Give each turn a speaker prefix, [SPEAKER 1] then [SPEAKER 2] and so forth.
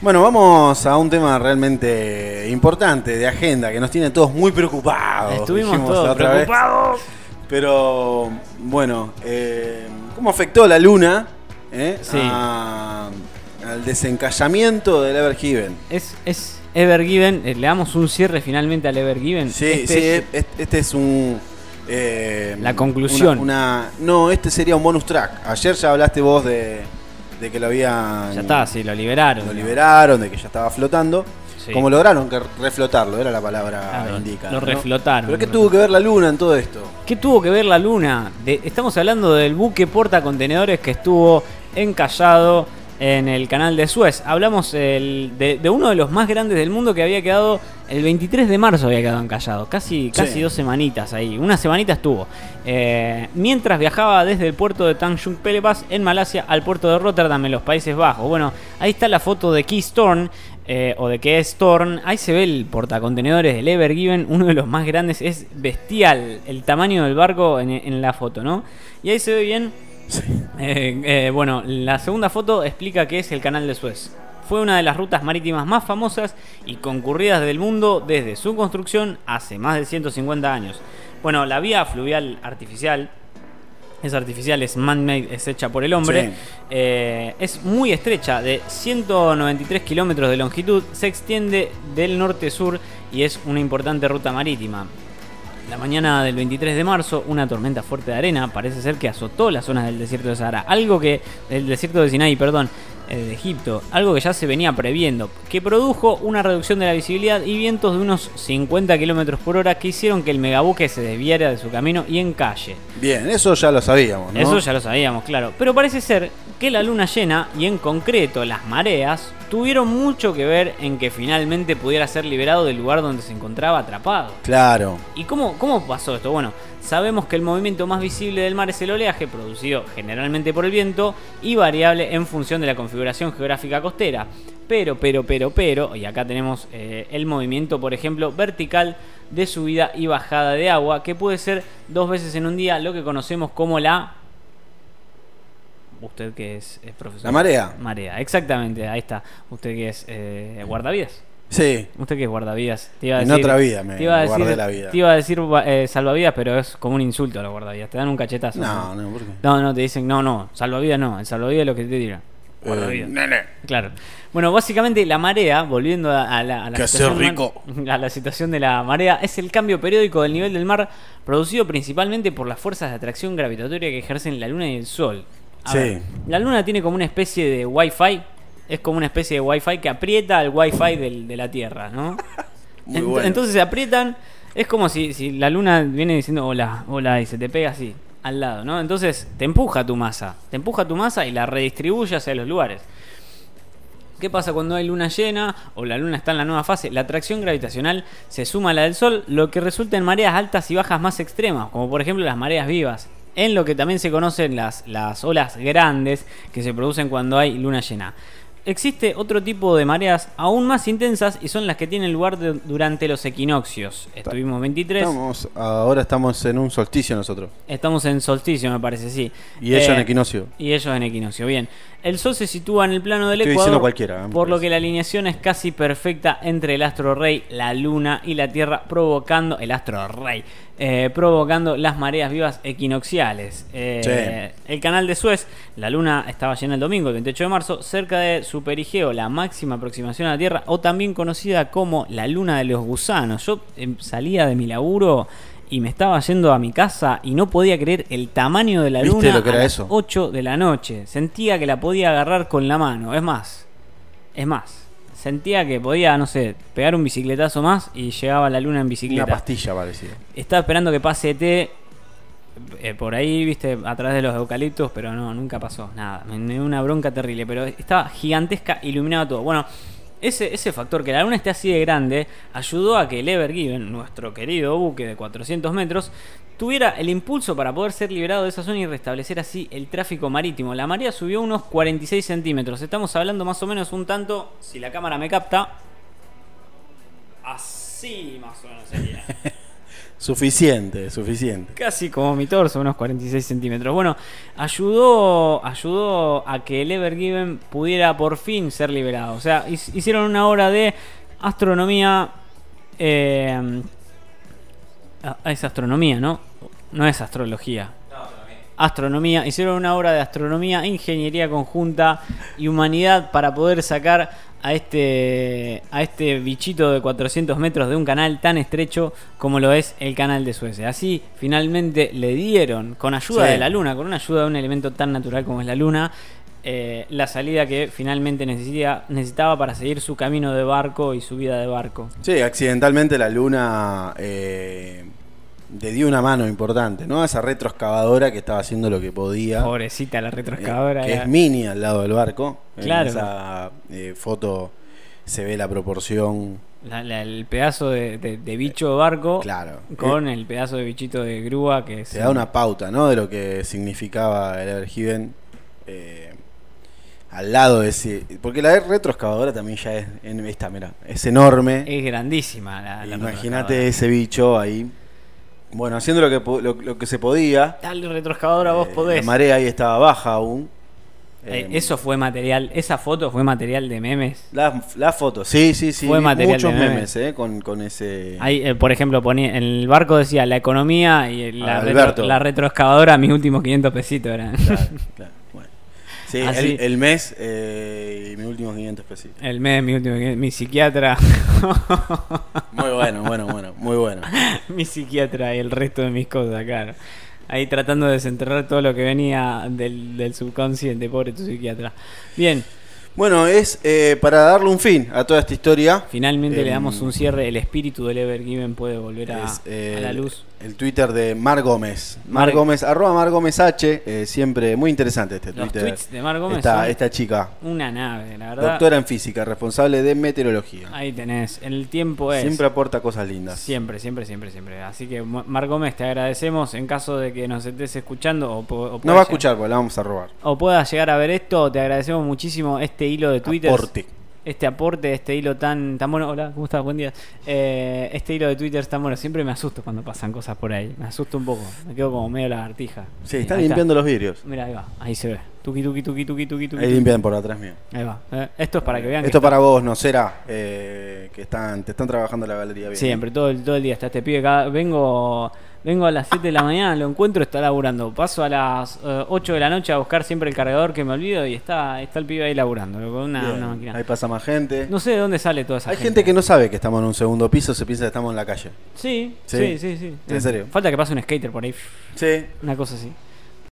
[SPEAKER 1] Bueno, vamos a un tema realmente importante de agenda que nos tiene todos muy preocupados.
[SPEAKER 2] Estuvimos
[SPEAKER 1] dijimos
[SPEAKER 2] todos
[SPEAKER 1] la otra vez.
[SPEAKER 2] preocupados.
[SPEAKER 1] Pero bueno, eh, ¿cómo afectó la luna eh,
[SPEAKER 2] Sí.
[SPEAKER 1] a- al desencallamiento del Evergiven?
[SPEAKER 2] Es, es Ever Given. eh, Le damos un cierre finalmente al Ever Given.
[SPEAKER 1] Sí,
[SPEAKER 2] Este
[SPEAKER 1] sí,
[SPEAKER 2] es-
[SPEAKER 1] es- este, es un... eh,
[SPEAKER 2] La conclusión.
[SPEAKER 1] Una, una- no, este sería un bonus track. Ayer ya hablaste vos de, de que lo habían...
[SPEAKER 2] Ya está, sí, lo liberaron.
[SPEAKER 1] Lo liberaron, de que ya estaba flotando.
[SPEAKER 2] Sí.
[SPEAKER 1] Como lograron que reflotarlo, era la palabra
[SPEAKER 2] Claro,
[SPEAKER 1] indicada.
[SPEAKER 2] lo
[SPEAKER 1] ¿no?
[SPEAKER 2] reflotaron.
[SPEAKER 1] ¿Pero qué tuvo que ver la luna en todo esto?
[SPEAKER 2] ¿Qué tuvo que ver la luna? De- estamos hablando del buque porta contenedores que estuvo encallado en el canal de Suez. Hablamos el- de, de uno de los más grandes del mundo que había quedado el 23 de marzo, había quedado encallado. Casi, casi
[SPEAKER 1] Sí.
[SPEAKER 2] dos semanitas ahí. Una semanita estuvo. Eh, mientras viajaba desde el puerto de Tanjung Pelepas en Malasia al puerto de Rotterdam en los Países Bajos. Bueno, ahí está la foto de Keith Thorne, eh, o de que es Thorn. Ahí se ve el portacontenedores del Ever Given, uno de los más grandes. Es bestial el tamaño del barco en, en la foto, ¿no? Y ahí se ve bien. Eh, eh, bueno, la segunda foto explica qué es el canal de Suez. Fue una de las rutas marítimas más famosas y concurridas del mundo desde su construcción hace más de 150 años. Bueno, la vía fluvial artificial es artificial, es man-made, es hecha por el hombre.
[SPEAKER 1] Sí.
[SPEAKER 2] Eh, es muy estrecha, de 193 kilómetros de longitud, se extiende del norte-sur y es una importante ruta marítima. La mañana del 23 de marzo, una tormenta fuerte de arena parece ser que azotó las zonas del desierto de Sahara, algo que el desierto de Sinai, perdón, el de Egipto, algo que ya se venía previendo, que produjo una reducción de la visibilidad y vientos de unos 50 kilómetros por hora que hicieron que el megabuque se desviara de su camino y encalle.
[SPEAKER 1] Bien, eso ya lo sabíamos, ¿no?
[SPEAKER 2] Eso ya lo sabíamos, claro. Pero parece ser que la luna llena y en concreto las mareas tuvieron mucho que ver en que finalmente pudiera ser liberado del lugar donde se encontraba atrapado.
[SPEAKER 1] Claro.
[SPEAKER 2] ¿Y cómo, cómo pasó esto? Bueno, sabemos que el movimiento más visible del mar es el oleaje, producido generalmente por el viento y variable en función de la configuración geográfica costera. Pero, pero, pero, pero, y acá tenemos eh, el movimiento, por ejemplo, vertical de subida y bajada de agua, que puede ser dos veces en un día, lo que conocemos como la... Usted que es, eh, profesor.
[SPEAKER 1] La marea.
[SPEAKER 2] Marea, exactamente, ahí está. Usted que es eh, guardavidas.
[SPEAKER 1] Sí.
[SPEAKER 2] Usted que es guardavidas. Te iba a
[SPEAKER 1] En
[SPEAKER 2] decir-
[SPEAKER 1] otra vida me
[SPEAKER 2] te iba a decir-
[SPEAKER 1] guardé la vida.
[SPEAKER 2] Te iba a decir va- eh, salvavidas, pero es como un insulto a los guardavidas. Te dan un cachetazo.
[SPEAKER 1] No, no, ¿por qué?
[SPEAKER 2] No, no, te dicen, no, no, salvavidas no. El salvavidas es lo que te tiran.
[SPEAKER 1] Eh, nene.
[SPEAKER 2] Claro. Bueno, básicamente la marea, volviendo a, a la, a la
[SPEAKER 1] Que
[SPEAKER 2] situación
[SPEAKER 1] sea
[SPEAKER 2] man-
[SPEAKER 1] rico.
[SPEAKER 2] a la situación de la marea, es el cambio periódico del nivel del mar producido principalmente por las fuerzas de atracción gravitatoria que ejercen la luna y el sol. A
[SPEAKER 1] Sí.
[SPEAKER 2] ver, la luna tiene como una especie de wifi, es como una especie de wifi que aprieta al wifi del- de la Tierra, ¿no?
[SPEAKER 1] Muy
[SPEAKER 2] Ent-
[SPEAKER 1] bueno.
[SPEAKER 2] Entonces se aprietan, es como si, si la luna viene diciendo hola, hola y se te pega así, al lado, ¿no? Entonces te empuja tu masa, te empuja tu masa y la redistribuye hacia los lugares. ¿Qué pasa cuando hay luna llena o la luna está en la nueva fase? La atracción gravitacional se suma a la del Sol, lo que resulta en mareas altas y bajas más extremas, como por ejemplo las mareas vivas, en lo que también se conocen las, las olas grandes que se producen cuando hay luna llena. Existe otro tipo de mareas aún más intensas y son las que tienen lugar de- durante los equinoccios. Estuvimos 23,
[SPEAKER 1] Estamos, ahora estamos en un solsticio nosotros.
[SPEAKER 2] estamos en solsticio, me parece, sí.
[SPEAKER 1] Y ellos
[SPEAKER 2] Eh,
[SPEAKER 1] en equinoccio.
[SPEAKER 2] y ellos en equinoccio. Bien, el Sol se sitúa en el plano del
[SPEAKER 1] Estoy
[SPEAKER 2] Ecuador,
[SPEAKER 1] diciendo cualquiera, ¿eh?
[SPEAKER 2] por lo que la alineación es casi perfecta entre el astro rey, la luna y la Tierra, provocando el astro rey, eh, provocando las mareas vivas equinocciales. Eh, El canal de Suez, la luna estaba llena el domingo, el 28 de marzo, cerca de su perigeo, la máxima aproximación a la Tierra, o también conocida como la luna de los gusanos. Yo em, salía de mi laburo. Y me estaba yendo a mi casa y no podía creer el tamaño de la
[SPEAKER 1] ¿Viste
[SPEAKER 2] luna
[SPEAKER 1] lo que
[SPEAKER 2] a
[SPEAKER 1] era
[SPEAKER 2] las
[SPEAKER 1] eso?
[SPEAKER 2] 8 de la noche. Sentía que la podía agarrar con la mano. Es más, es más. Sentía que podía, no sé, pegar un bicicletazo más y llegaba la luna en
[SPEAKER 1] Una
[SPEAKER 2] bicicleta.
[SPEAKER 1] pastilla parecía.
[SPEAKER 2] Estaba esperando que pase ET eh, por ahí, viste, a través de los eucaliptos, pero no, nunca pasó nada. Me me dio una bronca terrible, pero estaba gigantesca, iluminaba todo. Bueno, ese, ese factor, que la luna esté así de grande, ayudó a que el Ever Given, nuestro querido buque de 400 metros, tuviera el impulso para poder ser liberado de esa zona y restablecer así el tráfico marítimo. La marea subió unos 46 centímetros. Estamos hablando más o menos un tanto, si la cámara me capta, así más o menos sería.
[SPEAKER 1] Suficiente, suficiente.
[SPEAKER 2] Casi como mi torso, unos 46 centímetros. Bueno, ayudó, ayudó a que el Ever Given pudiera por fin ser liberado. O sea, his- hicieron una obra de astronomía. eh, ah, es astronomía, ¿no? No es astrología. Astronomía, hicieron una obra de astronomía, ingeniería conjunta y humanidad para poder sacar a este, a este bichito de 400 metros de un canal tan estrecho como lo es el canal de Suecia. Así finalmente le dieron, con ayuda
[SPEAKER 1] Sí.
[SPEAKER 2] de la luna, con una ayuda de un elemento tan natural como es la luna, eh, la salida que finalmente necesitaba, necesitaba para seguir su camino de barco y su vida de barco.
[SPEAKER 1] Sí, accidentalmente la luna eh, le dio una mano importante, ¿no? A esa retroexcavadora que estaba haciendo lo que podía.
[SPEAKER 2] Pobrecita la
[SPEAKER 1] eh,
[SPEAKER 2] retroexcavadora.
[SPEAKER 1] que
[SPEAKER 2] era-
[SPEAKER 1] es mini al lado del barco.
[SPEAKER 2] Claro.
[SPEAKER 1] En esa eh, foto se ve la proporción.
[SPEAKER 2] La- la- el pedazo de, de- de bicho de barco
[SPEAKER 1] Claro. Eh,
[SPEAKER 2] con el pedazo de bichito de grúa que
[SPEAKER 1] Se
[SPEAKER 2] es-
[SPEAKER 1] da una pauta, ¿no? De lo que significaba el Evergiven eh, al lado de ese. Porque la retroexcavadora también ya es. En esta, mira, es enorme.
[SPEAKER 2] es grandísima Eh, la, la
[SPEAKER 1] Imagínate ese bicho ahí. Bueno, haciendo lo que, po- lo, lo que se podía.
[SPEAKER 2] retroexcavadora. Dale retroexcavadora vos
[SPEAKER 1] Eh,
[SPEAKER 2] podés.
[SPEAKER 1] La marea ahí estaba baja aún.
[SPEAKER 2] Eh,
[SPEAKER 1] Eh,
[SPEAKER 2] eso fue material, esa foto fue material de memes.
[SPEAKER 1] La, la foto, sí, sí, sí.
[SPEAKER 2] Fue
[SPEAKER 1] vi
[SPEAKER 2] material
[SPEAKER 1] muchos
[SPEAKER 2] de
[SPEAKER 1] memes,
[SPEAKER 2] memes.
[SPEAKER 1] eh, con, con ese.
[SPEAKER 2] Ahí, eh, por ejemplo, ponía, en el barco decía la economía y el-
[SPEAKER 1] Ah,
[SPEAKER 2] la, retro-
[SPEAKER 1] Alberto.
[SPEAKER 2] la retroexcavadora, mis últimos 500 pesitos eran.
[SPEAKER 1] Claro, claro, bueno. Sí,
[SPEAKER 2] Así.
[SPEAKER 1] el, el mes eh, y mis últimos 500 pesos.
[SPEAKER 2] El mes, mi, último, mi psiquiatra.
[SPEAKER 1] Muy bueno, bueno, bueno, muy bueno.
[SPEAKER 2] mi psiquiatra y el resto de mis cosas, claro. Ahí tratando de desenterrar todo lo que venía del, del subconsciente, pobre tu psiquiatra. Bien,
[SPEAKER 1] Bueno, es eh, para darle un fin a toda esta historia.
[SPEAKER 2] finalmente le
[SPEAKER 1] Em,
[SPEAKER 2] damos un cierre. El espíritu del Ever Given puede volver a,
[SPEAKER 1] es, eh,
[SPEAKER 2] a la luz.
[SPEAKER 1] El Twitter de Mar Gómez. Mar,
[SPEAKER 2] Mar-
[SPEAKER 1] Gómez, arroba Mar Gómez H. eh, siempre muy interesante este
[SPEAKER 2] Los
[SPEAKER 1] Twitter.
[SPEAKER 2] tweets de Mar Gómez
[SPEAKER 1] esta,
[SPEAKER 2] son
[SPEAKER 1] esta chica,
[SPEAKER 2] una nave, la verdad.
[SPEAKER 1] doctora en física, responsable de meteorología.
[SPEAKER 2] Ahí tenés. El tiempo es.
[SPEAKER 1] Siempre aporta cosas lindas.
[SPEAKER 2] pues. Siempre, siempre, siempre, siempre. Así que, Ma- Mar Gómez, te agradecemos. En caso de que nos estés escuchando o, po- o
[SPEAKER 1] No va a
[SPEAKER 2] puedas-
[SPEAKER 1] escuchar, porque la vamos a robar.
[SPEAKER 2] o puedas llegar a ver esto, te agradecemos muchísimo este hilo de Twitter.
[SPEAKER 1] Aporte.
[SPEAKER 2] Este aporte, este hilo tan, tan bueno. Hola, ¿cómo estás? Buen día. Eh, este hilo de Twitter tan bueno. Siempre me asusto cuando pasan cosas por ahí. Me asusto un poco. Me quedo como medio lagartija.
[SPEAKER 1] Sí, están limpiando los vidrios.
[SPEAKER 2] Mira, ahí va. Ahí se ve. Tuki, tuki, tuki, tuki, tuki, tuki.
[SPEAKER 1] Ahí limpian por atrás mío.
[SPEAKER 2] Ahí va. Eh, esto es para que vean que
[SPEAKER 1] Esto para vos, no será. eh, que están, te están trabajando la galería bien.
[SPEAKER 2] Siempre, todo el, todo el día está este pibe acá. Vengo, vengo a las 7 de la mañana, lo encuentro, está laburando. Paso a las eh, 8 de la noche a buscar siempre el cargador que me olvido y está, está el pibe ahí laburando, con una,
[SPEAKER 1] Bien.
[SPEAKER 2] una máquina.
[SPEAKER 1] Ahí pasa más gente.
[SPEAKER 2] No sé de dónde sale toda esa
[SPEAKER 1] Hay gente que no sabe que estamos en un segundo piso, se piensa que estamos en la calle.
[SPEAKER 2] Sí,
[SPEAKER 1] Sí.
[SPEAKER 2] sí, sí, sí.
[SPEAKER 1] ¿En serio?
[SPEAKER 2] Falta que pase un skater por ahí,
[SPEAKER 1] Sí.
[SPEAKER 2] una cosa así.